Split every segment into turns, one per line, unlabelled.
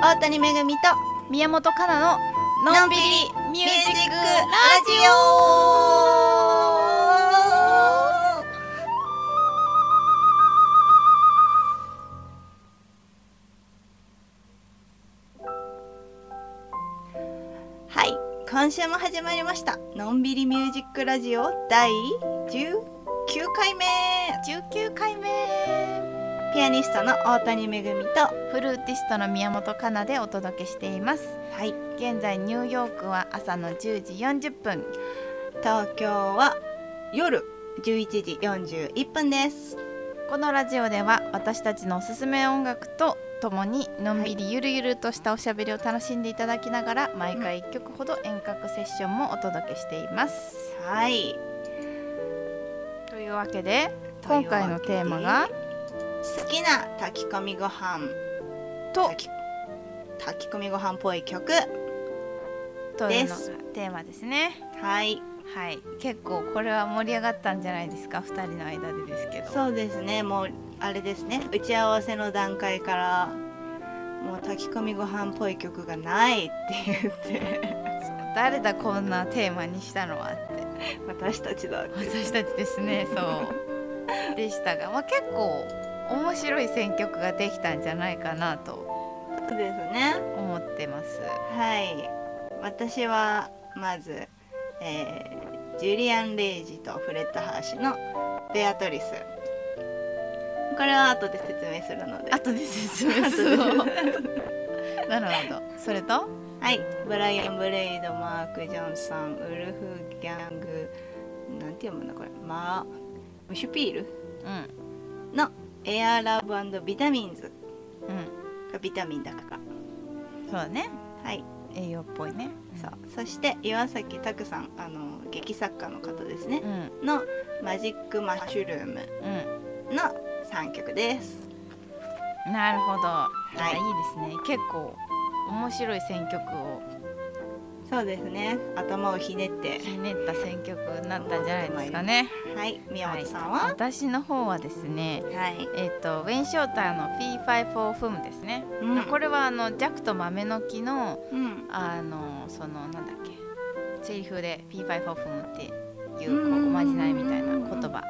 川谷めぐみと
宮本かなののんびりミュージック
ラジオはい今週も始まりましたのんびりミュージックラジオ第19回目
19回目
ピアニストの大谷めぐみとは
フルーティストの宮本かなでお届けしています
い
現在ニューヨークは朝の10時40分
東京は夜11時41分です
このラジオでは私たちのおすすめ音楽とともにのんびりゆるゆるとしたおしゃべりを楽しんでいただきながら毎回1曲ほど遠隔セッションもお届けしています。
はい
というわけで今回のテーマが
好きな炊き込みご飯
「と
炊き炊き込みご飯っぽい曲」
とい
で
うのが
す
テーマですね。
はい
はい、結構これは盛り上がったんじゃないですか2人の間でですけど
そうですねもうあれですね打ち合わせの段階からもう炊き込みご飯っぽい曲がないって言って
誰だこんなテーマにしたのはって
私たちだ
私たちですねそう でしたが、まあ、結構面白い選曲ができたんじゃないかなと
そうですね
思ってます
はい私はまず、えージュリアン・レイジとフレッド・ハーシュの「ベアトリス」これは後で説明するので
あとで説明するの なるほどそれと
はい、ブライアン・ブレイド、マーク・ジョンソン、ウルフ・ギャング、なんて読むんだこれ、マー、ムシュピール
うん
のエアラブビタミンズ
うん
がビタミンだから。
そうだね
はい、
栄養っぽいね
そう。そして岩崎拓さん、あの劇作家の方ですね
う、ん
のマジック・マッシュルーム
う
の3曲です。
んなるほど、いや、
はい
いいですね結構面白い選曲を
そうですね、頭をひねって。
ひねった選曲になったんじゃないですかね
はい、宮本さん
い、
は、
私の方はですね
はい、
えっ、とウェインショーターの P54 フムですね、
うん
これはあのジャクと豆の木の
うん、
あのそのなんだっけセリフで P54 フムっていう
うん
こうおまじないみたいな言葉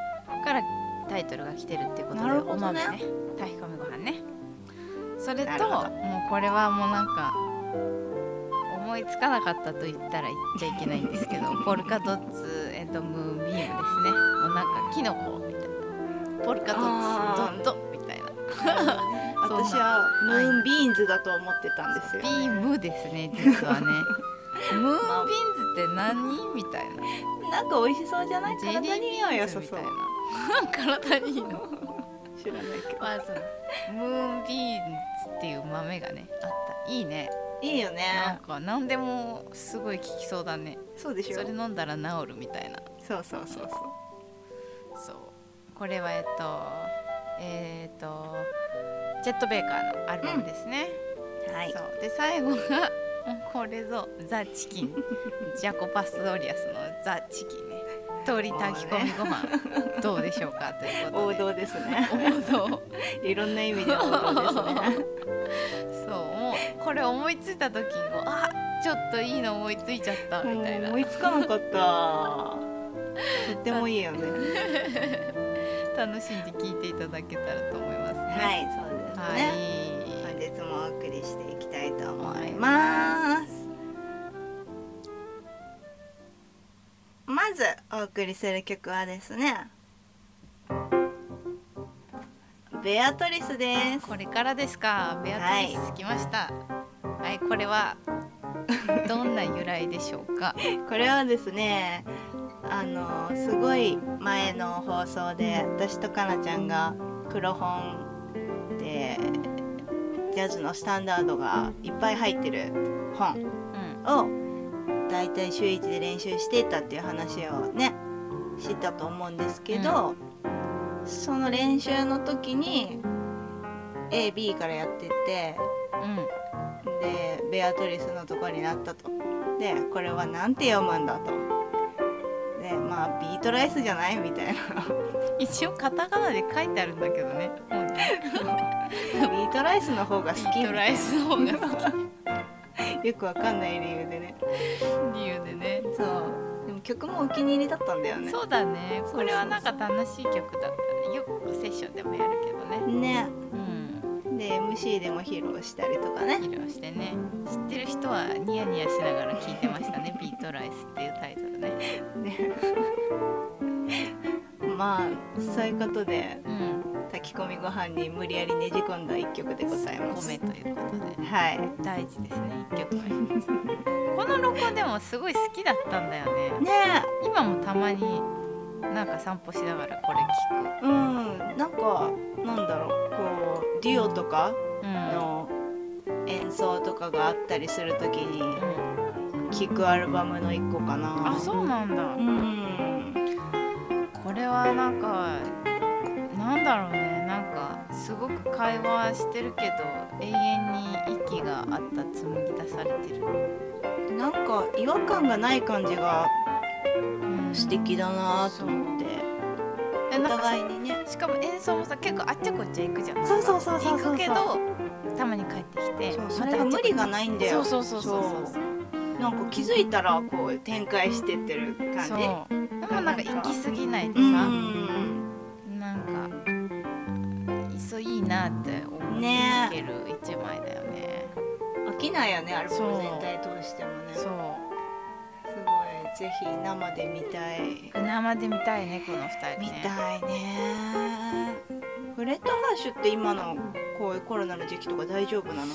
からタイトルが来てるっていうことで、
なるほ
お
ど
豆
ね
ね炊き込みご飯ねそれ
な
と
るほど
もうこれはもうなんか思いつかなかったと言ったら言っちゃいけないんですけ どポルカドッツ、えっとムーンビームですねもうなんかキノコみたいなポルカド
あ
ッ
ー
ツドッドみたいなそんな
私はムーンビーンズだと思ってたんですよ、
ビームですね 実はねムーンビーンズって何みたいな
なんか美味しそうじゃない
ジェ
体
リービ
には
ー
良
ンズ
さ
み
そ
た
う
いな体 にいいの
知らないけど
まあそうムーンビーンズっていう豆がねあったいいね
いいよね
なんか何でもすごい効きそうだね
そうでしょ
それ飲んだら治るみたいな
そうそうそうそ
そうこれはえっとえっとジェットベーカーのアルバムですね、
うは
そうで最後がもうこれぞザ・チキン ジャコパスドリアスのザ・チキンね鶏炊き込みご 飯、どうでしょうかということ
王
で
道ですね
王道
いろんな意味で王道ですね
そうもうこれ思いついた時にこうあちょっといいの思いついちゃった みたい
もう
な
思いつかなか ったとってもいいよね
楽しんで聞いていただけたらと思いますね
はいそうです
はい
ね、本日もお送りしていきたいと思いますまずお送りする曲はですねベアトリスです
これからですかベアトリス来ましたはい、これはどんな由来でしょうか
これはですねあのすごい前の放送で私とかなちゃんが黒本でジャズのスタンダードがいっぱい入ってる本
うん
を大体週1で練習していたっていう話をねしたと思うんですけど、その練習の時に AB からやってて
うん
でベアトリスのとこになったとでこれは何て読むんだとででまあビートライスじゃないみたいな
一応カタカナで書いてあるんだけどねもう
ビートライスの方が好
ビ
き
ートライスの方が 好
よくわかんない理由でね
き理由で ね
そうでも曲もお気に入りだったんだよね
そうだね
そうそうそう
これはなんか楽しい曲だったねよくセッションでもやるけどね
ね
うん
で MC でも披露したりとかね
披露してね知ってる人はニヤニヤしながら聴いてましたね「 ビートライス」っていうタイトルね
ねまあそういうことで
うん
炊き込みご飯に無理やりねじ込んだ一曲でございます
米ということで
はい
大事ですね一 曲目この録音でもすごい好きだったんだよね
ね
今もたまになんか散歩しながらこれ
えうんなんかなんだろうこうデュオとか
聞くうん
の演奏とかがあったりするときに
うん
聴くアルバムの一個かな
あそうなんだ
うん
これはなんかなんだろうねなんかすごく会話してるけど永遠に息があった紡ぎ出されてる、
なんか違和感がない感じが
うん
素敵だなと思って
え
お
なんかさ
互いにね
しかも演奏もさ結構あっちゃこっちゃ行くじゃん
そうそうそうそうそう
行くけどたまに帰ってきて
そうそれが無理がないんだよ
そうそうそうそうそう
なんか気づいたらこう展開してってる感じ
そうでもなんか行き過ぎないでさ、
うん
なんかいっそいいなって思
ね
いつける一枚だよね
飽きないよねアルバ
そ
ム
う
全体通してもねす
そ
ごいうぜひ生で見たい
生で見たいねこの二人
見
ね
たいねフレットハーシュって今のこういうコロナの時期とか大丈夫なの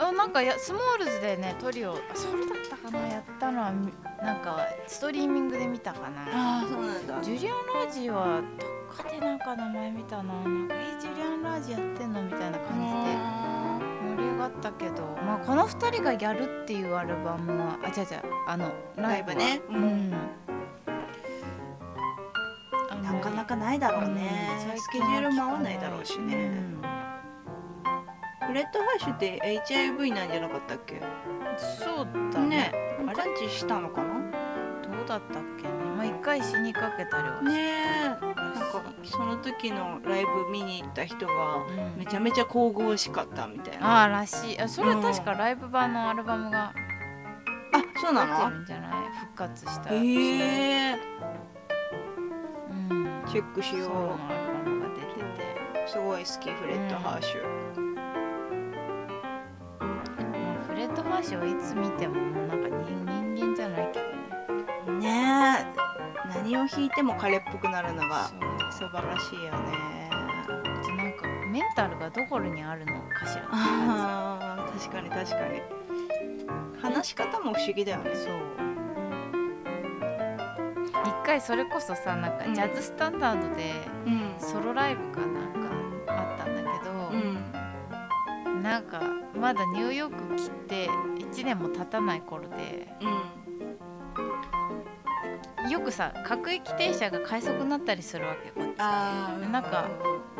あなんかやスモールズでねトリオあそれだったかなやったのはみなんかストリーミングで見たかな
ああそうなんだ
ジュリアン・ラージはどっかでなんか名前見たななんかえジュリアン・ラージやってんのみたいな感じで盛り上がったけど、まあ、この二人がやるっていうアルバムはあ違う違うあのライブ
ライブ
は
ね
う
うんん、
あの
なかなかないだろうね
うん
スケジュールも合わないだろうしね
うん
フレットハーシュって HIV なんじゃなかったっけ
そうだね
ね
あれ
感知したのかな
どうだったっけねまあ一回死にかけたりはし
ねえ
たらしい
なんかその時のライブ見に行った人が
うん
めちゃめちゃ神々しかったみたいな
ああらしいあそれは確かライブ版のアルバムが
あそうな
出て
の
るんじゃない復活した
へえ
うん
チェックし
そう
よ
な
う
のアルバムが出てて
すごい好きフレットハーシュ、
もうフレッド・ハーシュはいつ見てももうなんか人人間じゃないけどね
ねえ何を弾いても彼っぽくなるのが
そ
素
う
晴らしいよ ね
ちょっとなんかメンタルがどこにあるのかしらって感
あー確かに確かに話し方も不思議だよね
じそう一回それこそさなんかジャズスタンダードで
うん
ソロライブかなんかあったんだけど、
うん
なんかまだニューヨーク来て1年も経たない頃で
うん
よくさ各駅停車が快速になったりするわけこっち
あ
ーなんか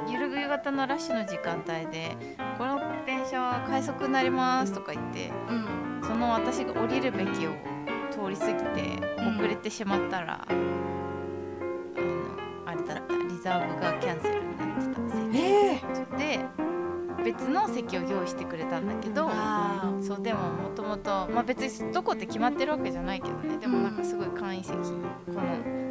ゆるぐ夕方のラッシュの時間帯で「この電車は快速になります」とか言って
うん
その私が降りるべきを通り過ぎて
うん
遅れてしまったら、あのあれだったリザーブがキャンセルになってた席
ええ
で別の席を用意してくれたんだけど
あ
そうでももともとまあ別にどこって決まってるわけじゃないけどねでもなんかすごい簡易席この、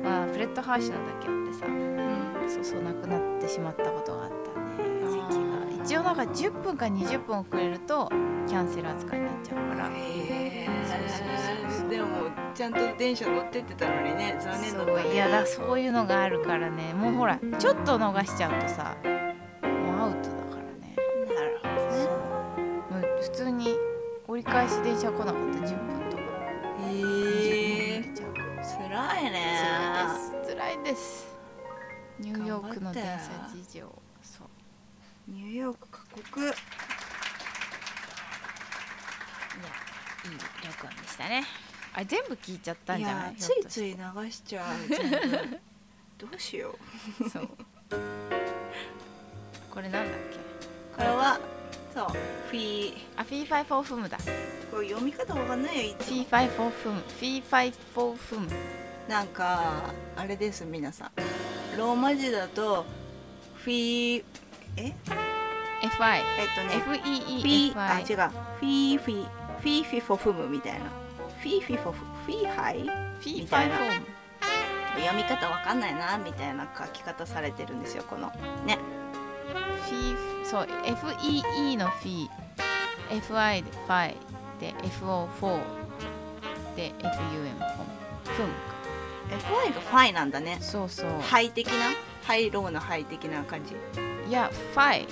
まあ、フレットハーシュのだけあってさ
うん
そうそうなくなってしまったことがあったね
あ
席
ー
が一応なんか10分か20分遅れるとキャンセル扱いになっちゃうから
へ
そうそうそうそう
えでもちゃんと電車乗ってってたのにね残念だった
そう
ね
いやだそういうのがあるからねもうほらちょっと逃しちゃうとさもうアウトだからね
なるほどね
もう普通に折り返し電車来なかったら10分とか
え
20分
え
遅れちゃうから
つらいね
辛いです辛いですニューヨークの電車事情そう
ニューヨーク過酷
いやいい録音でしたねあれ全部聞いちゃったん
い
じゃな
や
い
つ
ひょっ
い
として
つい流しちゃう全部どうしよう
そう。これなんだっけ。
これはそうフィー
あ、フィーファイフォーフムだ。フ
これ読み方わかんないよいつ
ィー
も
ファイフォーフム、フィーファイフォーフム。
なんかあれです皆さんローマ字だとフィええっ
FI
とね
FEE
フィあ
FI
違うフィフィフィフィフォフムみたいなフィフィフォフフィハイ
FI
み
フォ
たいな
ーム
読み方わかんないなみたいな書き方されてるんですよこのね
フィーそう FEE のフィー FI でファイで FO4 で FUM フン
FI がファイなんだね
そうそう、
ハイ的なハイローのハイ的な感じ
い、やファイ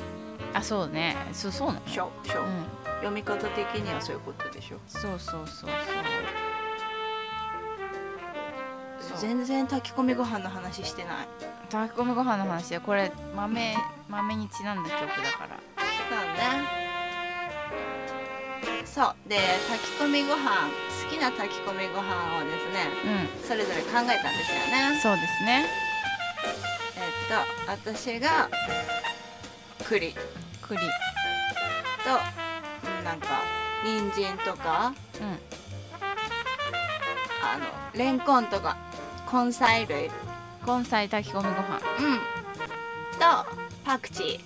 あそうねそうそうなの
ショショ、
うん
読み方的にはそういうことでしょ
そうそうそうそうそう
全然炊き込みご飯の話してない
炊き込みご飯の話でこれ豆豆にちなんだ曲だから
そうねそうで炊き込みご飯好きな炊き込みご飯をですね
う
それぞれ考えたんですよ
ん
ね
そうですね
えっと私が栗と
栗
うんなんか人参とか
うん
あのレンコンとか根菜類うん
根菜炊き込みご飯
とパクチー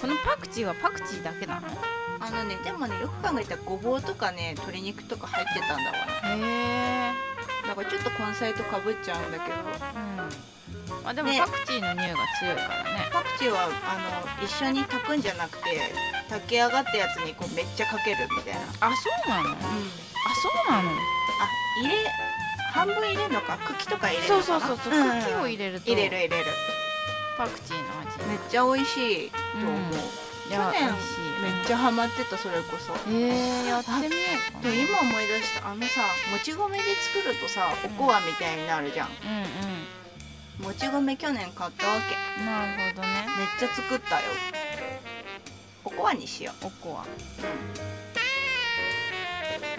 このパクチーはパクチーだけなの
あのねでもねよく考えたらごぼうとかね鶏肉とか入ってたんだわ
へえ
なだからちょっと根菜とかぶっちゃうんだけど
うんまあでも
ね
パクチーの匂いが強いからね
パクチーはあの一緒に炊くんじゃなくて炊き上がったやつにこうめっちゃかけるみたいな、
あそうなのあそうなの
あ入れ半分入れるのか茎とか入れるの
そ
か
う
な
そうそうそう、
ん
茎を入れると
入れる入れる
パクチーの味
めっちゃ美味しいと思う、
うん
去
いや美
年
味しい
めっちゃハマってたそれこそ
へえやってみようか
で
な
今思い出したあのさもち米で作るとさおこわみたいになるじゃん
うんうん
もち米去年買ったわけ
なるほどね
めっちゃ作ったよおこわにしよ
おこわ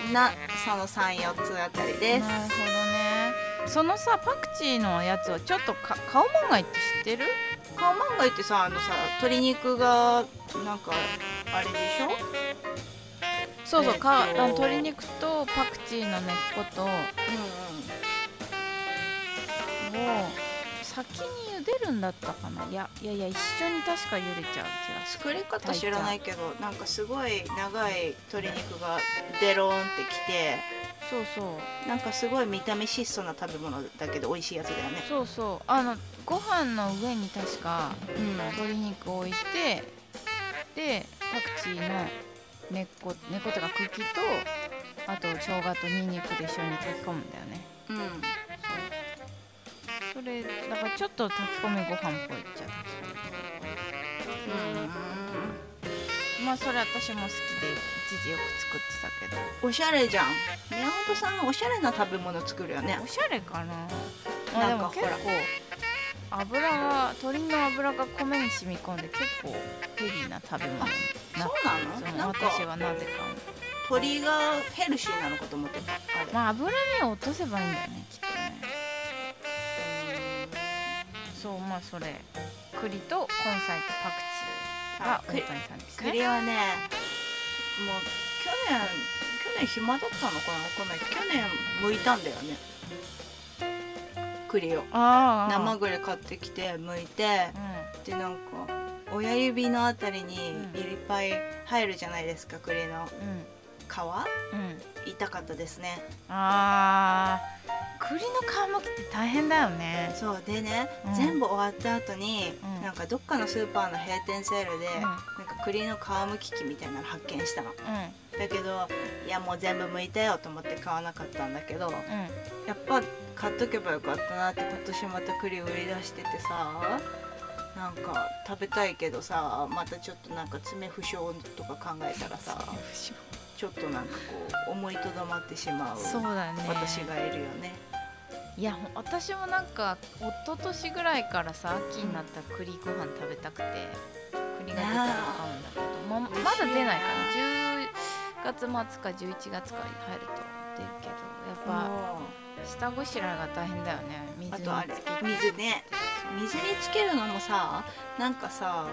うなその34つあたりです
なるほどねそのさパクチーのやつはちょっとか顔まんがいって知ってる
カオマンガイってさあのさ鶏肉がなんかあれでしょ
そうそう、
えっと
かあの鶏肉とパクチーの根っことを
う
先に茹でるんだったかないやいやいや一緒に確か茹でちゃう気がす
んうん作り方知らないけどなんかすごい長い鶏肉がデローンってきて
るそうそう
なんかすごい見た目質素な食べ物だけど美味しいやつだよね
そうそうあのご飯の上に確か
うん
鶏肉を置いてでパクチーの根っこ根っことか茎とあと生姜とニンニクで一緒に炊き込むんだよね
うん
それだからちょっと炊き込みご飯っぽいっちゃ炊き込み
うん
まあそれ私も好きで一時よく作ってたけ
おしゃれじゃん宮本さんおしゃれな食べ物作るよね
どおしゃれかなまあで
なんか
も
ほ
結構
ら
油が鶏の油が米に染み込んで結構ヘビーな食べ物になっ
そう
そ
なの
う
なんか
私はなぜか
鳥がヘルシーなのかと思ってたあれ、
まあ脂身を落とせばいいんだよねきっとねそうまあそれ栗と根菜とパ
あ
クチ
栗
ーが大谷さんですね
栗はねもう去年去年暇だったのかなわかんない去年剥いたんだよね栗を
ああ
生栗買ってきて剥いてでなんか親指のあたりに
うん
いっぱい入るじゃないですか栗の
うんうん
皮
うん
痛かったですね
あー栗の皮むきって大変だよね
そうでね、
うん
全部終わった後に、
うん
なんかどっかのスーパーの閉店セールで、
うん
なんか栗の皮むき器みたいなの発見したの
うん
だけどいやもう全部剥いたよと思って買わなかったんだけど
うん
やっぱ買っとけばよかったなって今年また栗売り出しててさなんか食べたいけどさまたちょっとなんか爪不傷とか考えたらさちょっとなんかこう思いとどまってしまう
そうだね
私がいるよね
いや私もなんか一昨年ぐらいからさ秋になったら栗ご飯食べたくて栗が出たら買うんだけどままだ出ないかな10月末か11月かに入ると出るけどやっぱ下ごしらえが大変だよね水
あ
に
とあれ
つけて
水ね
そう
水につけるのもさなんかさ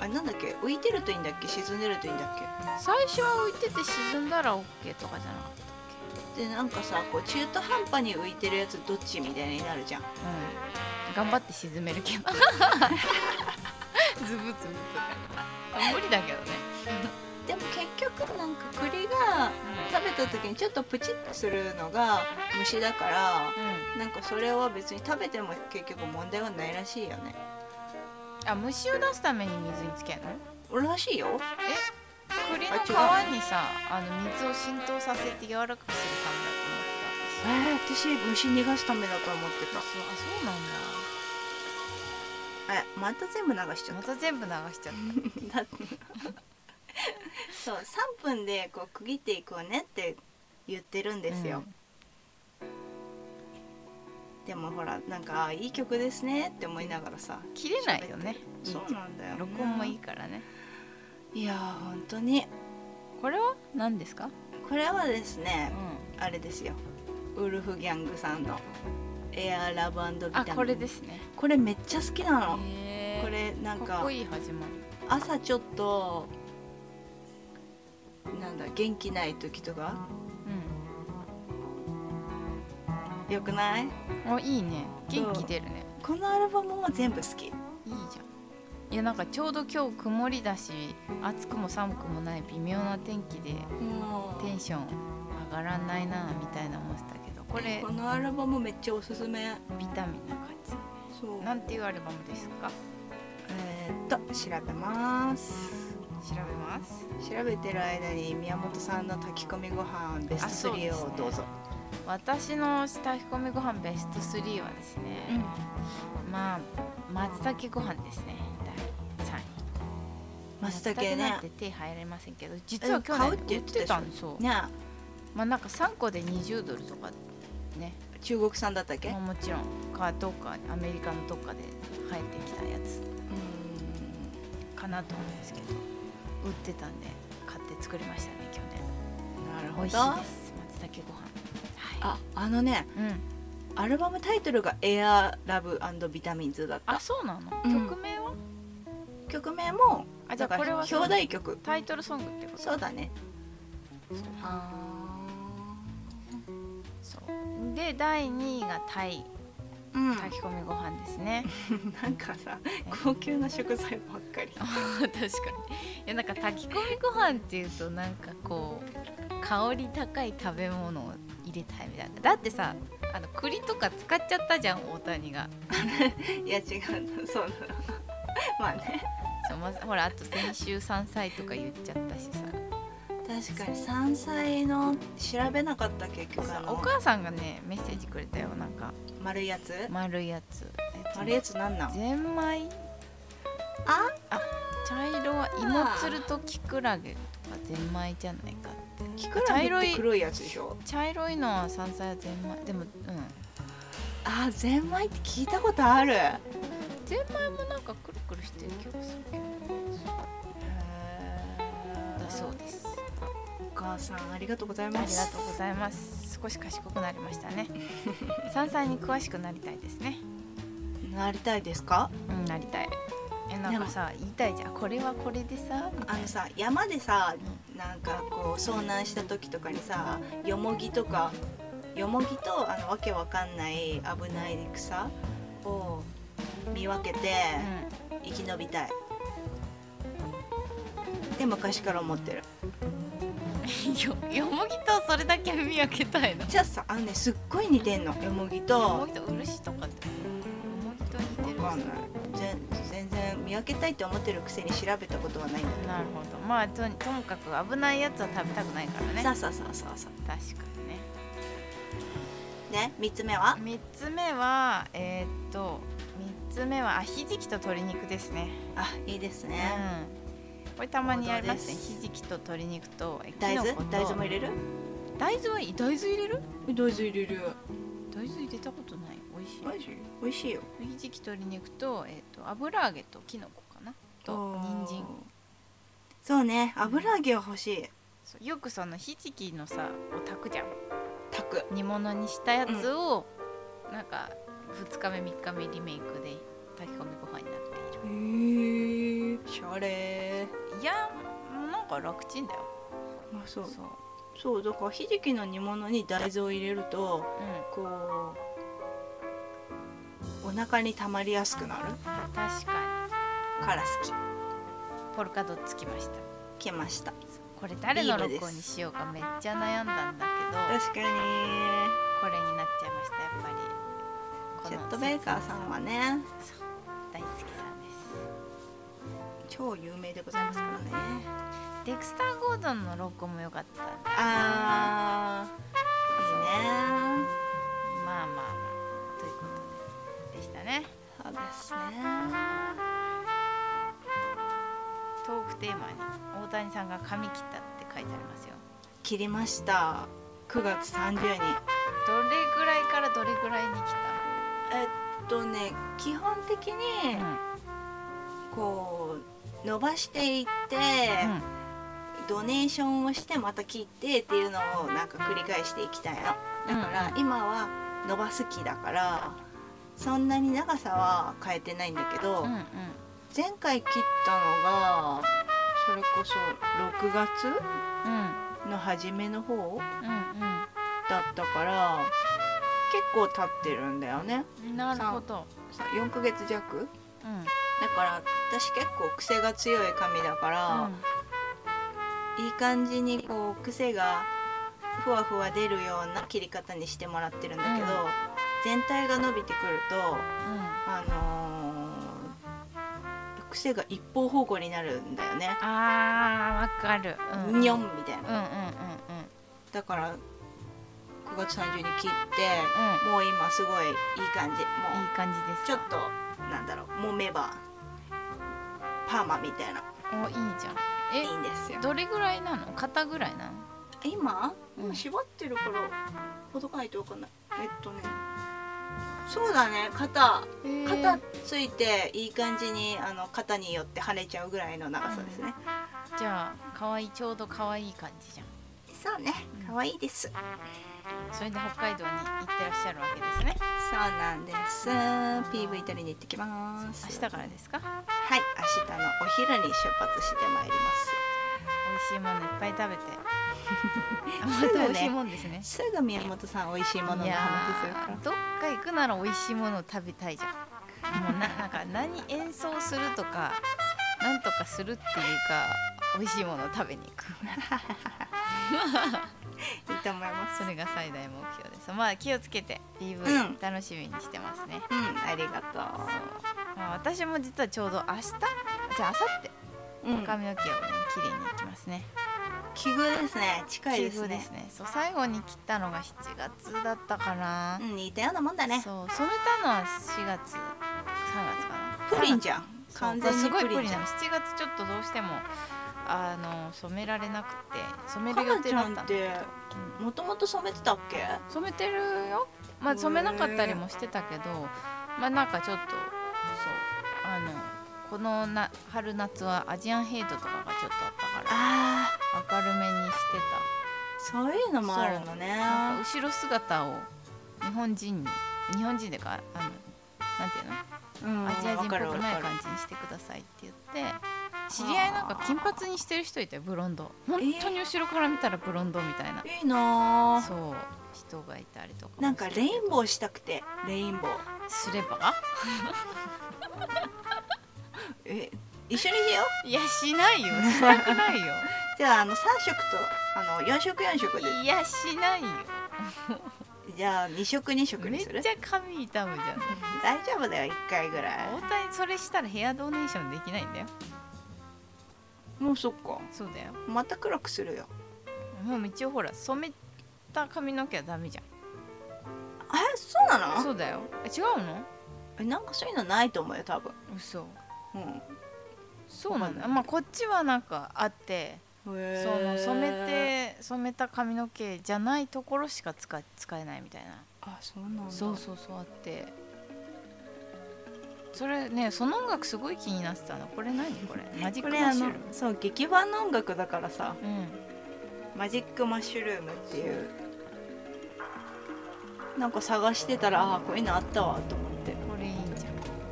あれなんだっけ浮いてるといいんだっけ沈んでるといいんだっ
最初は浮いてて沈んだら OK とかじゃなかったっ
けでなんかさこう中途半端に浮いてるやつどっちみたいになるじゃん
うん、頑張って沈める けどズブズブとか無理だけどね、
でも結局なんか栗が食べた時にちょっとプチッとするのが虫だから
う
なんかそれは別に食べても結局問題はないらしいよね
ん、あ虫を出すために水につけるの
らしいよ
栗の皮にさあの水を浸透させて柔らかくする
え
ためだと思って
ー、私虫逃がすためだと思って
たそうあそうなんだ
たえまた全部流しちゃっ
また全部流しちゃった
だってそう3分でこう区切っていこうねって言ってるん
た
ですよ、、でもほらなんかあいい曲ですねって思いながらさ
うん切れないよね
そうなんだよ、ね、
録音もいいからね
いやー本当に
これは何ですか、
これはです
う
ね
ん、
あれですよウルフギャングさんの「エアーラブビタ
あ
ミン」
これですね
これめっちゃ好きなの、
へー
これなんか
かっこいい始まり
朝ちょっとなんだ元気ない時とかよくない
うんおいいね元気出るね
このアルバムも全部好き
いいじゃんいやなんかちょうど今日曇りだし暑くも寒くもない微妙な天気で
も
テンション上がらんないなみたいな思ってたけどこれ
このアルバムめっちゃおすすめ
ビタミンな感
そう
じなんていうアルバムですか
えーっと調べます
調べます
調べてる間に宮本さんの炊き込みご飯ベスト3をどうぞ
私の炊き込みご飯ベスト3はですね、まあ松茸ご飯ですね第3位
松茸
なん
ね
て手入れませんけど実は
え
去
買うっ
年
て言
売っ
ってたで
て
しょ
たんですよ、
ね
まあなんか3個で20ドルとかね
中国産だったっけ
まあ、もちろんかどっかアメリカのどっかで生えてきたやつかなと思うんですけど売ってたんで買って作りましたね去年
なる
美
ほ
味し
ど
いです松茸ご飯はい
ああのね
うん
アルバムタイトルが「エアラブビタミンズ」だっ
あ
た
そうなの、
うん
曲名は
曲名も
あじゃあこれは
だから兄弟曲
タイトルソングってこと
そうだね
そうで第2位がタイ
うん
炊き込みご飯ですね
なんかさ高級な食材ばっかり
確かにいやなんか炊き込みご飯っていうとなんかこう香り高い食べ物を入れたいみたいなだってさあの栗とか使っちゃったじゃん大谷が
いや違うそうだ なまあね
そうまずほらあと先週山菜とか言っちゃったしさ
確かに山菜の調べなかった結局あ
お
の
母さんがねメッセージくれたよなんか
丸いやつ
丸いやつえっとね
丸いやつなんなん
ゼンマイ
あ
茶色は芋つるとキクラゲとかゼンマイじゃないかって
キクラゲって黒いやつでしょ
茶色いのは山菜はゼンマイでもうん
あゼンマイって聞いたことあるへ
ゼンマイもなんかくるくるしてる気がするけど
ー
だそうです
お母さんありがとうござい
あ
ま
り
す
がとうございます少し賢くなりましたね 山菜に詳しくなりたいですね
なりたいですか
うんなりたいえなんかさ言いたいじゃんこれはこれでさみた
あ
い
の
な
さ山でさなんかこう遭難した時とかにさよもぎとかよもぎとあのわけわかんない危ない草を見分けて生き延びたい。で昔から思ってる。
うん、よよもぎとそれだけ見分けたいの
じゃあさあのねすっごい似てんのよもぎ
よ
と
もぎと漆とかってよもぎと似てる
わかんないぜ全然見分けたいって思ってるくせに調べたことはないんだ
なるほどまあとにともかく危ないやつは食べたくないからね
さあさあさあさあさ
確かにね
あね3つ目は
3つ目はえーっと3つ目はあひじきと鶏肉ですね、
あいいです
うん
ね、
これたまにやります
王道
ね
です
ひじきと鶏肉とえ
大豆
きのこと
大豆も入れる
大豆はいい大豆入れる
大豆入れる
大豆入れたことない美味しい
美味しい美味しいよ
ひじき鶏肉と,、えー、と油揚げときのこかなと人参
そうね油揚げは欲しい
そうよくそのひじきのさを炊くじゃん
炊く
煮物にしたやつを、なんか2日目3日目リメイクで炊き込みご飯になってい
へ
る
えしゃれ
いやもうなんか楽ちんだよ
まあそう
そう
そうだからひじきの煮物に大豆を入れると
うん
こうお腹に溜まりやすくなる
確か
から好
にポルカドッツきました
き来ました
これ誰の
ビー
録
ムで
音
す
にしようかめっちゃ悩んだんだけど
確かに
これになっちゃいましたやっぱりこ
チェ
の
ットベイカーさんはね
そう大好きさんです
超有名でございますからね
デクスター・ゴードンの録音も良かったんで
あーいいね
まあまあまあということででしたね
そうですね
トークテーマに大谷さんが髪切ったって書いてありますよ
切りました9月30日
どれぐらいからどれぐらいに切っ
えっとね基本的に
たの
こう伸ばしていって、
うん
ドネーションをしてまた切ってっていうのをなんか繰り返していきたいのだから今は伸ばす気だからそんなに長さは変えてないんだけど、
うんうん
前回切ったのがそれこそ6月
うん
の初めの方
う
だったから結構経ってるんだよね
んうんなるほど
さ4ヶ月弱
うん
だから私結構癖が強い髪だから、いい感じにこう癖がふわふわ出るような切り方にしてもらってるんだけど、
うん
全体が伸びてくると
うんうん
あのー癖が一方方向になるんだよね。
あーわかるうん
にょんみたい
うん
な。
うんうん
だから9月30に切って、
うんうん
もう今すごいいい感じ。
い
も
い感じです
う
か
ちょっとなんだろう揉めばパーマみたいな
おいいじゃん
いいんですよ
え。どれぐらいなの肩ぐらいなの
今
うん
今縛ってるからほどかないとわかんないえっとねそうだね肩肩ついていい感じにあの肩によって跳ねちゃうぐらいの長さですね、
じゃあ可愛いちょうど可愛い感じじゃん
そうね
うん
可愛いです、
それで北海道に行ってらっしゃるわけですね
そうなんです PV 取りに行ってきます
明日からですか
はい明日のお昼に出発してまいりま
美味しいものいっぱい食べ てあ
す
ま
ぐね
た美味しいもんですね
すすぐ宮本さん美味しいものの
いや
話するから
ーどっか行くなら美味しいものを食べたいじゃんもうななんか何演奏するとかなんとかするっていうか美味しいものを食べに行く
い いと思います
それが最大目標ですまあ気をつけて
うん
PV 楽しみにしてますね、
うんありがと
そうまあ、私も実はちょうど明日じゃあ
う、う
明後日
ん、
髪の毛をね切りに行きますね。
奇遇ですね近いです
急
ね
ですね。そう最後に切ったのが7月だったかな
う。ん似たようなもんだね
そう染めたのは4月3月かな。
プリンじゃん
そう
完全に
すごい
プ
プ
リ
リ
ン
ン
じ
な
ゃん
の。7月ちょっとどうしてもあの染められなくて染め
か
る予
な
定
ち
だっ
ゃ
たん
ん
だ
っ
けど
て。もともと染めてたっけ
染めてるよまあ染めなかったりもしてたけどまあなんかちょっとそうあのこのな春夏はアジアンヘイトとかがちょっとあったから
ああ
明るめにして
そういうのもあるのね
たなんか後ろ姿を日本人に日本人でかあのなんていうの
うん
アジア人
わ
っ
かる
ぽ
わ
く
か
ない
る
感じにしてくださいって言って知り合いなんか金髪にしてる人いたよブロンド本当に後ろから見たらブロンドみたいな、
いいなあ
そう人がいたりとかも
なんか
して
レインボーしたくてレインボー
すれば
え一緒にしよう
いやしないよしたくないよ
じゃああの3色とあの4色4色で
いやしないよ
じゃあ2色2色に
めっ
する
ちゃ髪痛むじゃん
大丈夫だよ1回ぐら
大谷それしたらヘアドネーションできないんだよ
いもうそっか
そうだよ
また黒くするよ
もう一応ほら染めた髪の毛はダメじゃ
えそうなんの
そうだよえ違うの
えなんかそういうのないと思うよ多分
嘘
うん
そう
わ
なん
かんな
だ
い
まあこっちはなんかあって
そ
その染めて染めた髪の毛じゃないところしか使使えないみたいな
あそうなんだ
そうそうそうあってそれねその音楽すごい気になってたのこれ何こ れマジッ
こ
クマ
れあ
ッシュ
の
ルーム
そう劇版の音楽だからさ
うん
マジックマッシュルームっていうなんか探してたらああこういうのあったわと思って
これいいんじゃ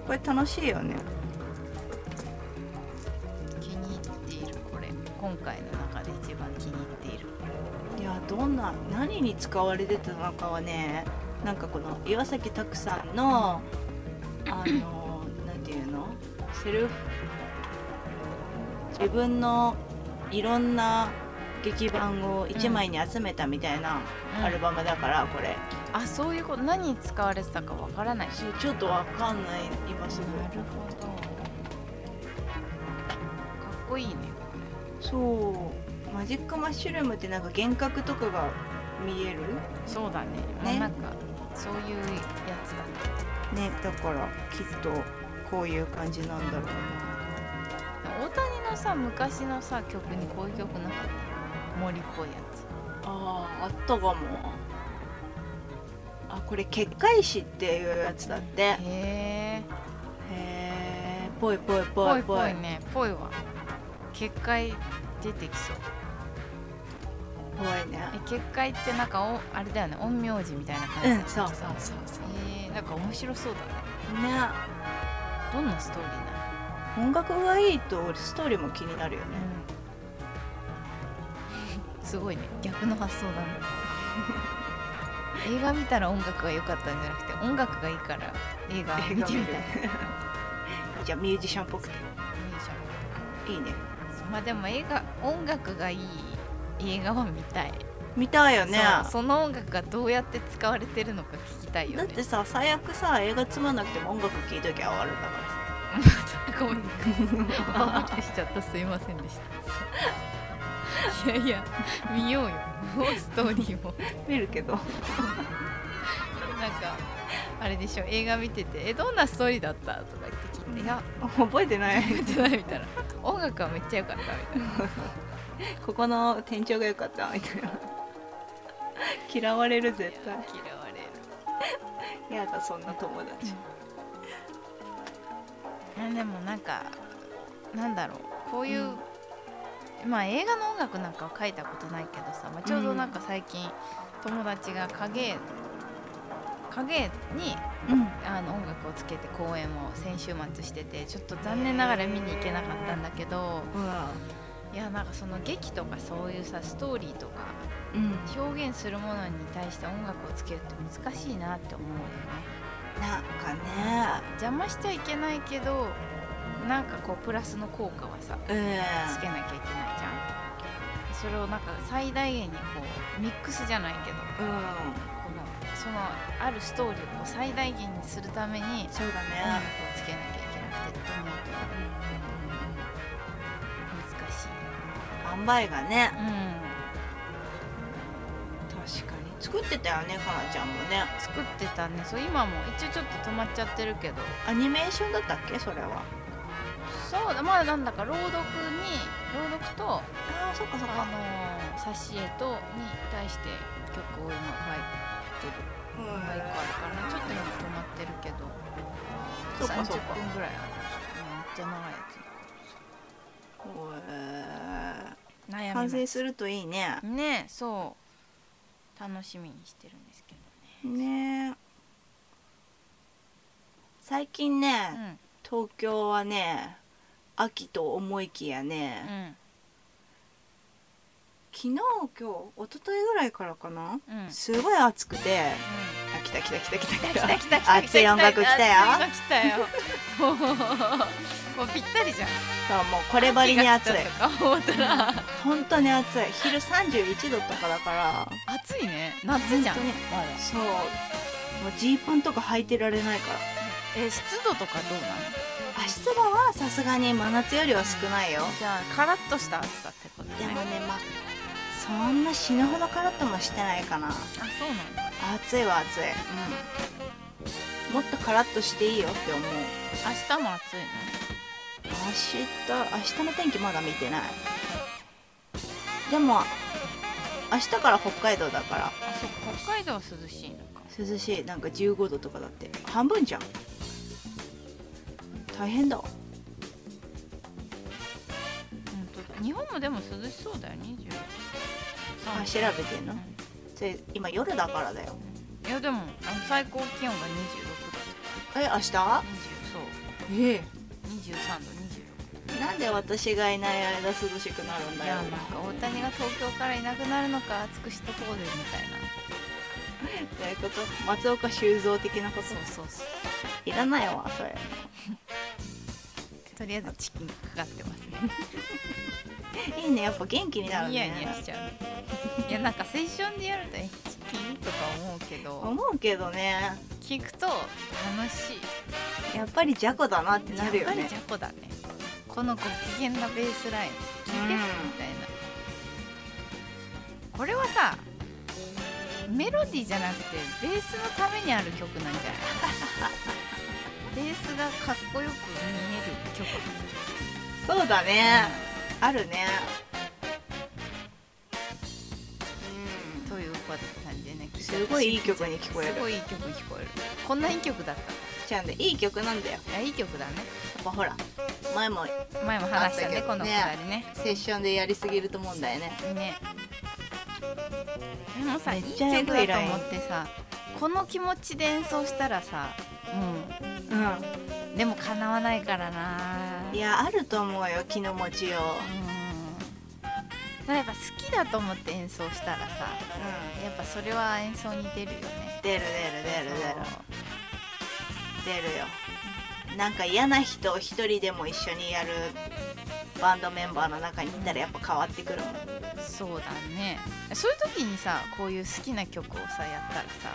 これ楽しいよね
ん気に入っているこれ今回の中で一番気に入っている
いややどんな何に使われてたのかはねなんかこの岩崎拓さんのあのなんていうのセルフ自分のいろんな劇版を1枚に集めたみたいなアルバムだから、これ
あそういうこと何に使われてたかわからない
そうちょっとわかんない今すぐ
なるほどかっこいいね
そうマジックマッシュルームってなんか幻覚とかが見える
そうだね
ね
なんかそういうやつだね
ねだからきっとこういう感じなんだろう
大谷のさ昔のさ曲にこういう曲なかった森っぽいやつ
あああったかもあこれ結界師っていうやつだってへ
へえ
えぽいぽいぽ
ぽい
いぽ
ぽ
い
いねぽいわ結界出てきそう
ぽいね
え結界ってなんかおあれだよね陰陽師みたいな感じ
う
だ
ん
よね
そうそうそうそ
へえなんか面白そうだね
うね
どんなストーリーな
音楽がいいとストーリーも気になるよね
の、うん、すごいね逆の発想 だね映画見たら音楽が良かったんじゃなくて音楽がいいから映画見てみたい
じゃあミュージシャンっぽくて
いいじゃん
いいね
まあでも映画音楽がいい映画は見たい、
見たいよね
そうその音楽がどうやって使われてるのか聞きたいよ
だっ
ね
てさ最悪さ映画つまんなくても音楽聴いときゃ終わるんだからさ
ごめんババってしちゃったすいませんでしたいやいや見ようよストーリーも
見るけ ど
なんかあれでしょ映画見てて「えどんなストーリーだった?」とか言って聞いて「いや
覚えてない
見てない」みたいな「音楽はめっちゃ良かった」みたいな
ここの店長が良かったみたいな 嫌われる絶対
嫌われる
やだそんな友達
あでもなんかなんだろうこういう、まあ映画の音楽なんかは書いたことないけどさ、まあ、ちょうどなんか最近友達が影絵影絵に
うん
あの音楽をつけて公演を先週末しててちょっと残念ながら見に行けなかったんだけどいやなんかその劇とかそういうさストーリーとか
うん
表現するものに対して音楽をつけるって難しいなって思うよね。
なんか
邪魔しちゃいけないけどなんかこうプラスの効果はさ
ねうん
つけなきゃいけないじゃんそれをなんか最大限にこうミックスじゃないけど
うん
このそのあるストーリーを最大限にするために音楽を
そうだね
つけなきゃいけなくてって思うと難しい
塩梅がね
うん
確かに作ってたよねかなちゃんもね
作ってたねそう今も一応ちょっと止まっちゃってるけど
アニメーションだったっけそれは
そうだまあなんだか朗読に朗読と
ああそっかそっ
あのー挿絵とに対して曲を今書いてるもう一個あるからちょっと今止まってるけど
そうか
30
そうか
分ぐらいあるめっちゃ長いや
うん
つ悩みま
完
す
成するといいね
ねえそう楽しみにしてるんですけ
ね最近ね、
どね
東京はね秋と思いきや
う
ね、
ん
昨日今日一昨日ぐらいからかな、
うんうん
すごい暑くて
来
あ来た来た来た来た
た来た来た来た
暑い音楽来た
暑い
よ
の来たよもうもうぴったりじゃん
そうもうこればりに暑い
秋が来たとか思ったら
本当に暑い昼31度とかだから
暑いね夏じゃ
本
ん
当に
まだ
そうもうジーパンとか履いてられないから
え湿度とかどうな
あ湿度はさすがに真夏よりは少ないよ
のじゃあカラッとした暑さってこと
で
ね
もねまあそんな死ぬほどカラッともしてないかな
あそうなんだ
暑いは暑い、うん、もっとカラッとしていいよって思う
明日も暑いね
明日明日の天気まだ見てないでも明日から北海道だから
あそうか北海道は涼しいのか
涼しいなんか15度とかだって半分じゃん大変だわ
本当日本もでも涼しそうだよ20
あ調べてんのそれ今夜だからだよ
いやでもあの最高気温が26度とか
え明日
20そう
ええ
23度26
なんで私がいない間涼しくなるん
い
だよ
やなんか大谷が東京からいなくなるのか厚くしとこうぜみたいな
どういうこと松岡修造的なこと
そうそうそう
いらないわそれ
とりあえずチキンかかってますね
いいねやっぱ元気になるね
ニヤニヤしちゃういやなんか青春でやるとえチキンとか思うけど
思うけどね
聞くと楽しい
やっぱりじゃこだなってなるよ
やっぱり
ね
ジャコだねこのご機嫌なベースライン聞いて、
うん
みたいなこれはさメロディーじゃなくてベースのためにある曲 なんじゃないベースがかっこよく見える曲
そうだねあるねうん
という感じでね
すごいいい曲に聞こえる
すごいいい曲に聞こえるこんないい曲だっ
ちゃんでいい曲なんだよやった
いやいい曲だね
ぱほら前も
前も話した
あったけ
ね
ど
このくだりね
セッションでやりすぎると問題ね
ねでもさ
め
い
っ
い曲
ちゃエグいラ
だと
イン
思ってさこの気持ちで演奏したらさ
う
うんでもかなわないからなん
いやあると思うよ気の持ちよ
うん例えば好きだと思って演奏したらさ
う、う
やっぱそれは演奏に
ん、出
出るよね
る出る出る出る出るよなんか嫌な人を一人でも一緒にやるバンドメンバーの中にいたらやっぱ変わってくるもん
そうそうだねそういう時にさこういう好きな曲をさやったらさ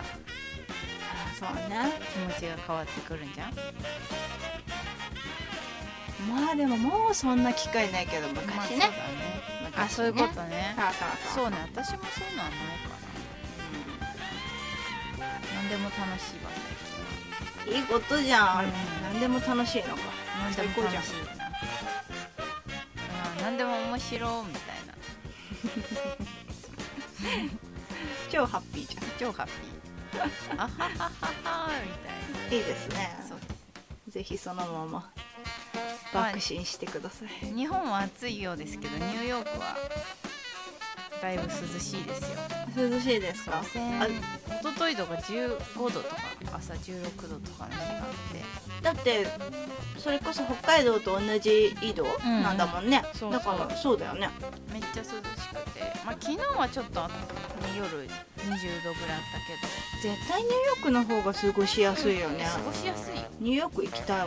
そうね
気持ちが変わってくるんじゃん
まあでももうそんな機会ないけど
まあ
昔
そ
ね
うだね
昔ね
あそういうことね
そうそうそう
そうね私もそういうのはないかな何でも楽しいわ
うんいいことじゃん、
うん
何でも楽しいのか
最近
最高
何でも
じゃん
楽しいなうん何でも面白みたいな
超ハッピーじゃ
超ハッピーあははははみた
んいいですね
いなそうで
ぜひそのまま爆心してください、
す日本は暑いようですけどニューヨークはだいぶ涼しいですよ
涼しいですか
先
あ
一昨日とか15度とか朝16度とかの日があっ
だってそれこそ北海道と同じ緯度
ん
なんだもんね、
そうそう
だからそうだよね
てめっちゃ涼しくて、まあ、昨日はちょっとあ夜20度ぐらいあったけど
絶対ニューヨークの方が過ごしやすいよね
過ごしやすいよ
ニューヨーク行きたいわ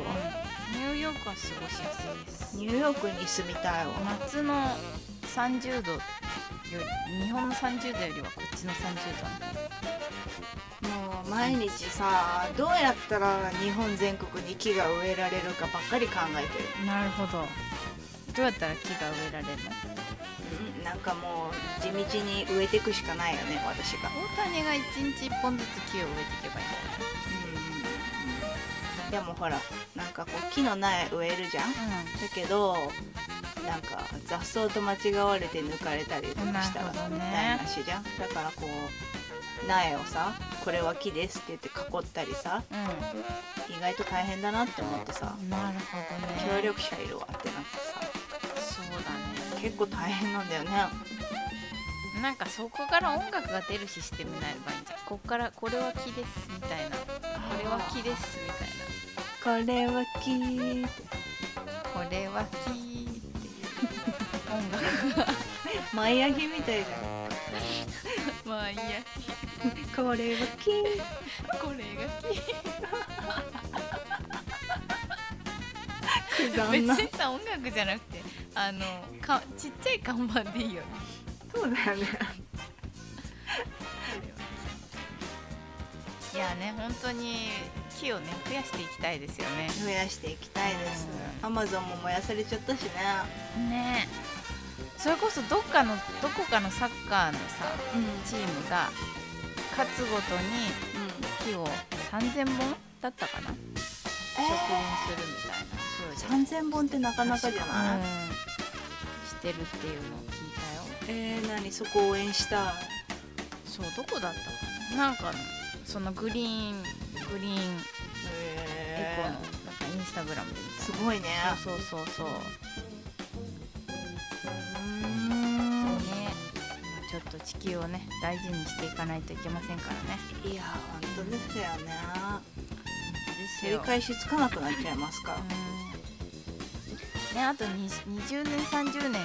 ニューヨークは過ごしやすいです
ニューヨークに住みたいわ
夏の30度より日本の30度よりはこっちの30度
もう毎日さどうやったら日本全国に木が植えられるかばっかり考えてる
なるほどどうやったら木が植えられるの
うんなんかもう地道に植えていくしかないよね私が
大谷が1日1本ずつ木を植えていけばいいんだ
うんでもほらなんかこう木の苗植えるじゃんだ
よね
けどなんか雑草と間違われて抜かれたりとかしたら
なるほど
も
ね
ったいなしじゃんだからこう苗をさこれは木ですって言って囲ったりさ
う
意外と大変だなって思ってさ
んなるほどね
協力者いるわってなってさ
そうだ
結構大変なんだよね
ねなんかそこから音楽が出るシステムになればいいんじゃんこっからこれは木ですみたいなこ
こ
れは木ですみたい
こ
な
れは木
これは木って いう音楽
マイアヒみたいじ
まあいいや
ゃんこれは木
これが
刻
別
んな
にさ音楽じゃなくてあのかちっちゃい看板でいいよね
そうだよね
いやね本当に木をね増やしていきたいですよね
増やしていきたいです
う
アマゾンも燃やされちゃったしね
ねそれこそどっかのどこかのサッカーのさ
うん
チームが勝つごとに木を3000本だったかな植
え
林するみたいなプロジェクト
三千本ってなかなかじゃない、
うんしてるっていうのを聞いたよ
えー、何そこ応援した
そうどこだったかななんかそのグリーングリーンエコのな
え
んかインスタグラムで見
ー、すごいね
たそうそうそうそう
うん
ねちょっと地球をね大事にしていかないといけませんからね
いやー本当ですよね
です
照り
うん
返しつかなくなっちゃいますから
ねあとに20年30年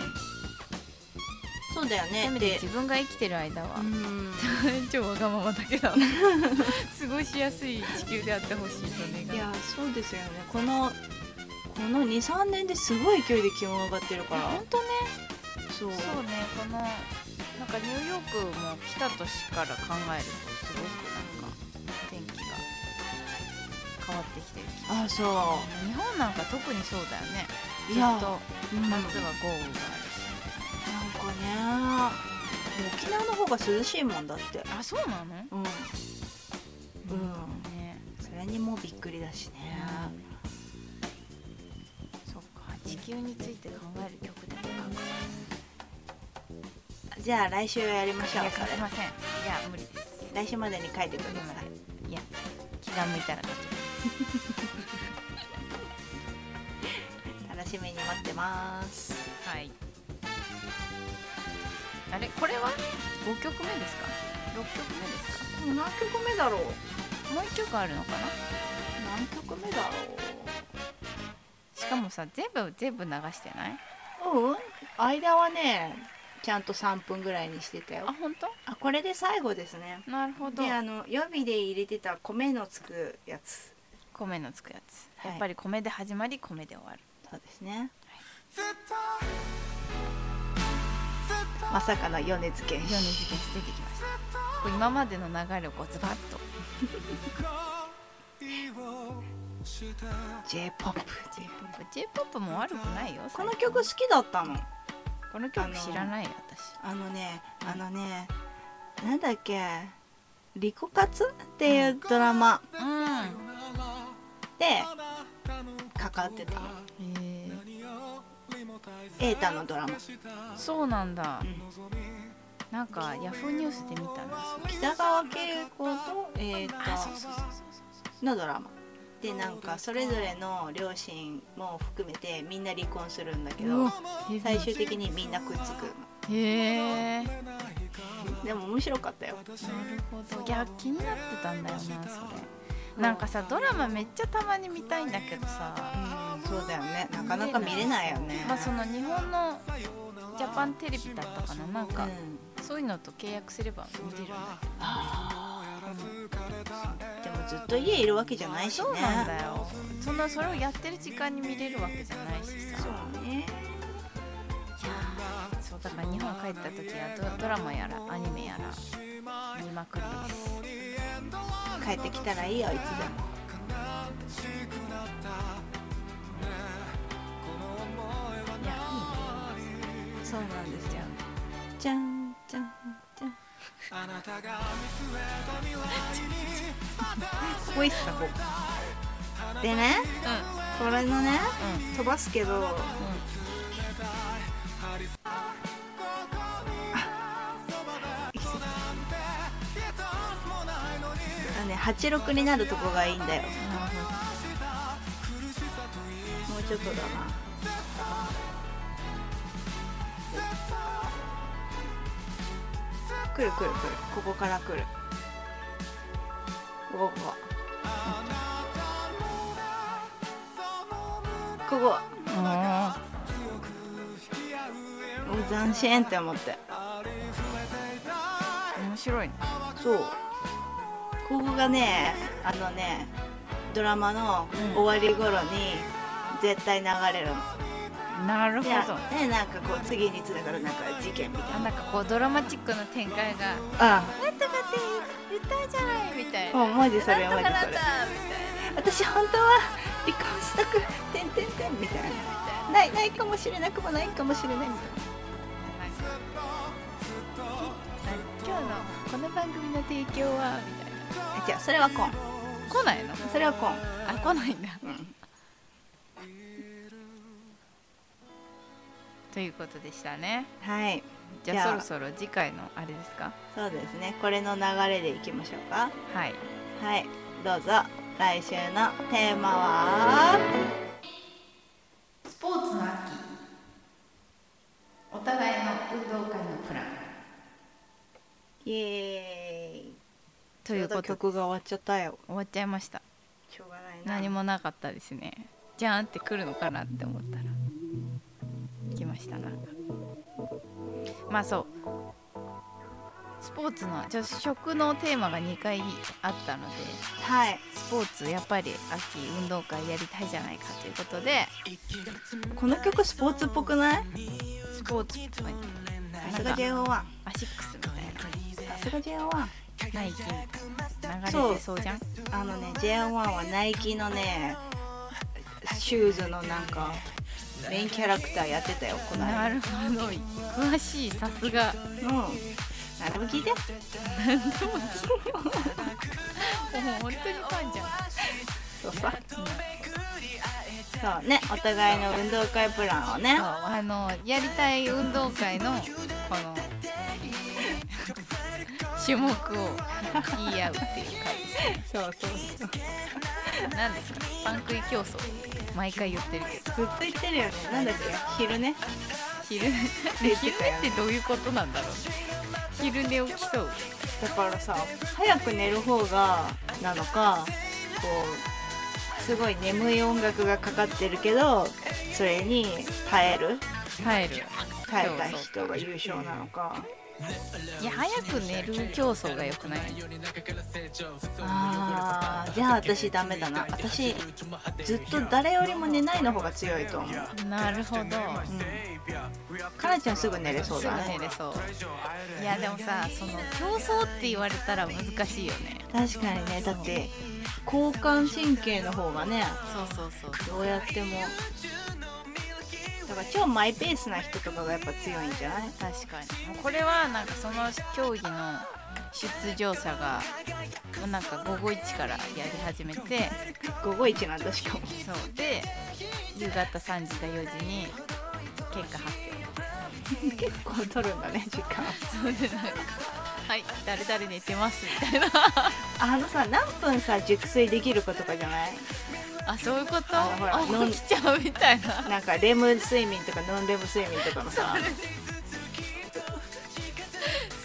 そうだよ
せ
ね
めて
で
自分が生きてる間は
うん
超わがままだけど 過ごしやすい地球であってほしいと
い
願う
やそうですよねこのこの23年ですごい勢いで気温上がってるから
本当ね
そう
そうねこのなんかニューヨークも来た年から考えるとすごくなんか天気が変わってきてる気が
あそ
日本なんか特にそうだよね
う
ずっと
う
夏
んなんかね
は豪雨があるし、
沖縄の方が涼しいもんだって
あそうなの
うんうん
ね
それにもうびっくりだしね
そっか地球について考える曲でも書く
じゃあ来週やりま
い
しょう
や
そ
書
れ
けませんいや無理です
来週までに書いてください
いや気が向いたら書きます
楽しみに待ってます
はい。あれこれは五曲目ですか？六曲目ですか？
何曲目だろう
もう一曲あるのかな？
何曲目だ
しかもさ全部全部流してない？
ろううん間はねちゃんと3分ぐらいにしてたよ
あ本当？
あこれで最後ですね
なるほど
で。あの予備で入れてた米のつくやつ
米のつくやつ。
はい
やっぱり米で始まり米で終わる。
そうですねまさかの米津玄
米
師
津玄師出てきました。こう今までの流れをこうズバッと。
j p o p っていう
J-POP も悪くないよ。
この曲好きだったの
この曲知らないよ私。
あのねあのねなんだっけ「リコカツ」っていうドラマ
うん。
で関わってたの瑛
え
太のドラマ、
ー、そうなんだ
う。ん
なんかヤフーニュースで見たんです。
北川景子と瑛太
あそうそうそうそう。
のドラマでなんかそれぞれの両親も含めてみんな離婚するんだけ
う
ど
わ
最終的にみんなくっつくの
へえなる
でも面白かったよ
ほどいや気になってたんだよなそれなんかさドラマめっちゃたまに見たいんだけどさ
うんそうだよねなかなか見れないよね
まあその日本のジャパンテレビだったかななん
う
か
ん
そういうのと契約すれば見れるんだけど
でもずっと家いるわけじゃないしね
そうなんだよそんなそれをやってる時間に見れるわけじゃないしさ
そうね
そうだから日本帰った時はドドラマやらアニメやら見まくりです
帰ってきたらいいよいつでも
いやいいね
そうなんですよじゃんじゃんじゃんここいっすかここでねこれのね飛ばすけどあのね86になるとこがいいんだよ
うんなるほど
もうちょっとだな来る来る来るここから来るこここここ
あ
こお斬新って思って
あ面白いね
そうここがねあのねドラマの終わり頃に絶対流れるの、
なるほ
で
ど
ねなんかこう次につながるなんか事件みたい
あなんかこうドラマチックな展開が「
な
なんとかって言ったじゃない」みた
う
い
ん
な「
もうマジそれ
な
マ
んと
ジ
かな
それ
んだ」みたいな
私本当は離婚したくてんてんてんみたいなないないかもしれなくもないかもしれないみたい
なんかあ今日のこの番組の提供はみたいな
なあ違うそれはコン
来ないの
それはコン
あ来ないんだ
うん
ということでしたね
はい
じゃ
じ
あ
ゃ
そ
あ
ろそろ次回のあれですか
そうですねこれの流れでいきましょうか
はい
はいどうぞ来週のテーマは
スポーツの秋お互いの運動会のプラン
イエーイ
ということで
曲が終わっちゃったよ
終わっちゃいました
しょうがないな
何もなかったですねじゃーんって来るのかなって思ったらきましたなんかまあそうスポーツのちょ食のテーマが2回あったので
はい
スポーツやっぱり秋運動会やりたいじゃないかということで
この曲スポーツっぽくない
スポーツっぽ
さ
いな
す
んか
が JO1 さ
アシックスみた
すが JO1
いなナイキみたいな流
そ
れ
う
てそうじゃん
あのね JO1 はナイキのねシューズのなんかメインキャラクターやってたよこの間
なるほど詳しいさすが
うん何でも聞いて
もう本当にファンじゃん
そうさそうねお互いの運動会プランをね
そうあのやりたい運動会のこの 種目を言い合うっていう感じ
そうそうそう
なんですかパン食い競争毎回言ってるけど
ずっと言ってるよねなんだっけ昼ね
昼寝
寝
昼
てた
寝
よ
ってどういうことなんだろう昼寝を競う
だからさ早く寝る方がなのかこうすごい眠い音楽がかかってるけどそれに耐える
耐える
耐えた人が優勝なのか
いや早く寝る競争が良くない
あーじゃあ私ダメだな私ずっと誰よりも寝ないの方が強いと思う、
なるほど
うん、かなちゃんすぐ寝れそう
すぐ
だね
寝れそういやでもさその競争って言われたら難しいよね
確かにねだって交感神経の方がね
そうそうそう
どうやってもだから超マイペースな人とかがやっぱ強いんじゃない
確かにもうこれはなんかその競技の出場者がもうなんか午後1からやり始めて
午後一なんだしかも
そうで夕方3時か4時に結果発表
結構取るんだね時間
そうでなんかはい誰々寝てますみたいな
あのさ何分さ熟睡できる子とかじゃない
あそういうこと
あほら
あ
飲ん
起きちゃうみたいな
なんかレム睡眠とかノンレム睡眠とかのさ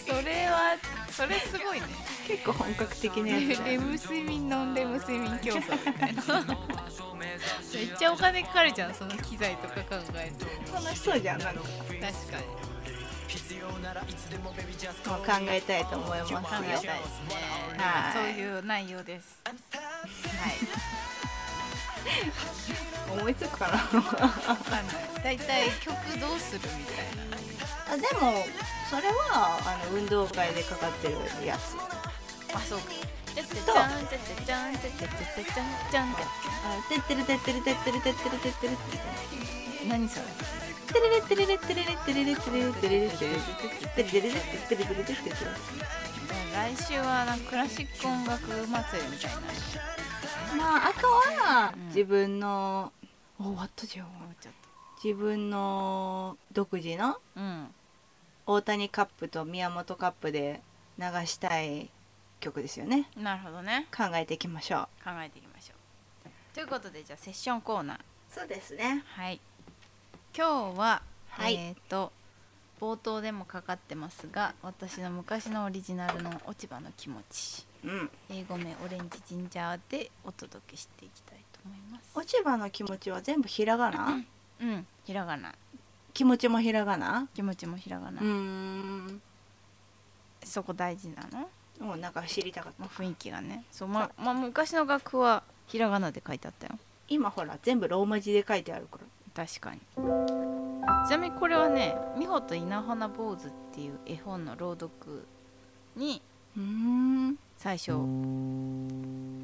それはそれすごいね
結構本格的なやつだ
レ
よ
ム睡眠ノンレム睡眠競争みたいな めっちゃお金かかるじゃんその機材とか考えて
楽しそうじゃんなんかも
確かに
う考えたいと思いますよ
考えたいですね。
はい
そういう内容です。はい。
思いつくかな
わかんない。だいたい曲どうするみたいな。
あでもそれはあの運動会でかかってるやつ
あ、そうか。ちゃちゃ
と
ちゃんちゃちゃちゃんちゃちゃちゃちゃちゃんちゃんって。
あてってるてってるてってるてってるてってるって
何それ？
テレレテレレテレレテレレテレレテレレテレレテレレテレレテレレテレレテレレ
来週はなんかクラシック音楽祭りみたいな。
まああとは
うん
自分の、お終わったじゃん
思っちゃっ
自分の独自の
た。うん。
大谷カップと宮本カップで流したい曲ですよね
なるほどね。
考えていきましょう
考えていきましょう。ということでじゃあセッションコーナー。
そうですね
はい。今日は、
はい
えっ、と冒頭でもかかってますが、私の昔のオリジナルの落ち葉の気持ち、
うん
英語名オレンジジンジャーでお届けしていきたいと思います。
落ち葉の気持ちは全部ひらがな
うん、ひらがな、
気持ちもひらがな
気持ちもひらがな。
うーん
そこ大事なの？
もうなんか知りたかった
もう雰囲気がね。そう、ま、ま昔の楽譜はひらがなで書いてあったよ。
今ほら全部ローマ字で書いてあるから
確かにちなみにこれはね「美穂と稲穂坊主」っていう絵本の朗読に
うーん
最初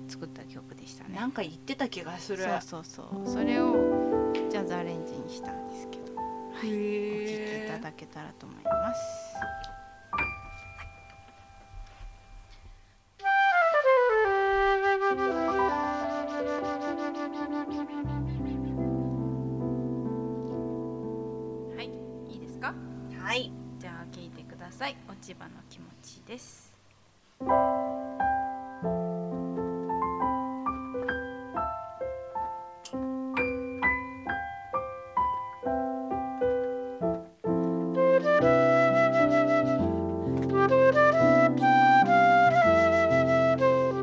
作った曲でしたね
なんか言ってた気がする
そうそうそうそれをジャズアレンジにしたんですけど
へ
お聴きいた
ー
だけたらと思いますはいいいですか
はい
じゃあ聞いてください落ち葉の気持ちです
「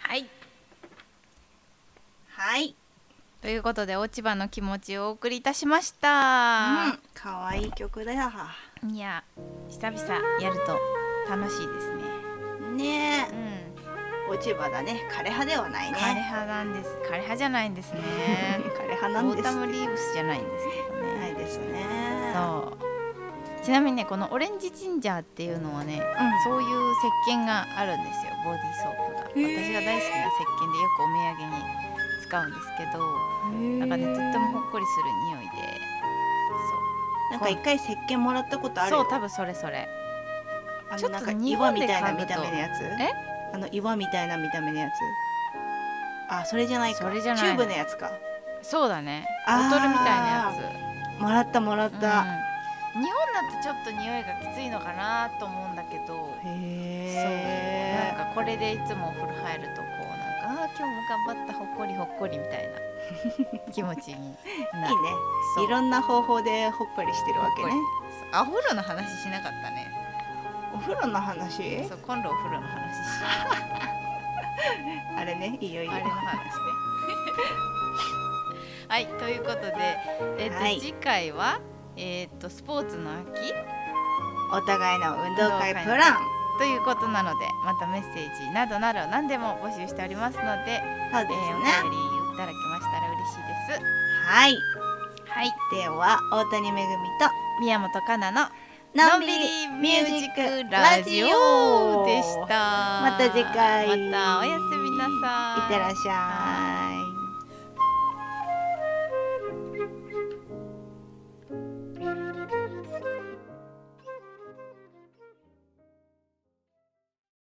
はい
はい、
ということで落ち葉の気持ちをお送りいたしまし
う
た
ん、、かわいい曲だよ
いや久々やると楽しいですね
ね
う
え
ん
落ち葉だね枯れ葉ではないね
枯れ葉なんです枯れ葉じゃないんですね
枯れ葉
オ
なんで
ー
す
タム
ね
リーブスじゃないんですけどね
ないですね
そうちなみにねこのオレンジジンジャーっていうのはね
うん
そういう石鹸があるんですよボディーソープが
へー
私が大好きな石鹸でよくお土産に使うんですけどなんかねとってもほっこりする匂いで
なんか一回石鹸もらったことあ
そ
るよ
うそう多分それそれ
あ
ちょ
の
っと
なんか
日
岩
本
み
で
たいな
買うと
見た目のやつ
え
あの岩みたいな見た目のやつあそれじゃないか
それじゃない
チューブのやつか
そうだね
あー
ボトルみたいなやつ
もらったもらった、
うん日本だとちょっと匂いがきついのかなと思うんだけど、
へ
そうなんかこれでいつもお風呂入るとこうなんかあー今日も頑張ったほっこりほっこりみたい な気持ちに
え
ないる
いね
そう
いろんな方法でほっこりしてるわけね
ほっそうあお風呂の話しなかったね
お風呂の話
そう今度お風呂の話 しよ
あれねいいよいいうよ
あれの話ねはいということで、えっと
はい
次回は、えっとスポーツの秋
お互いの運動会
運動会
プラン
ということなのでまたメッセージなどなど何でも募集しておりますので
そうです
え
ね、
ー、お便りいただきましたら嬉しいです。
はい
はい、
では大谷めぐみと
宮本かなの
のんびりミュージックラジオ
でした。
また次回
またおやすみなさい。
いってらっしゃい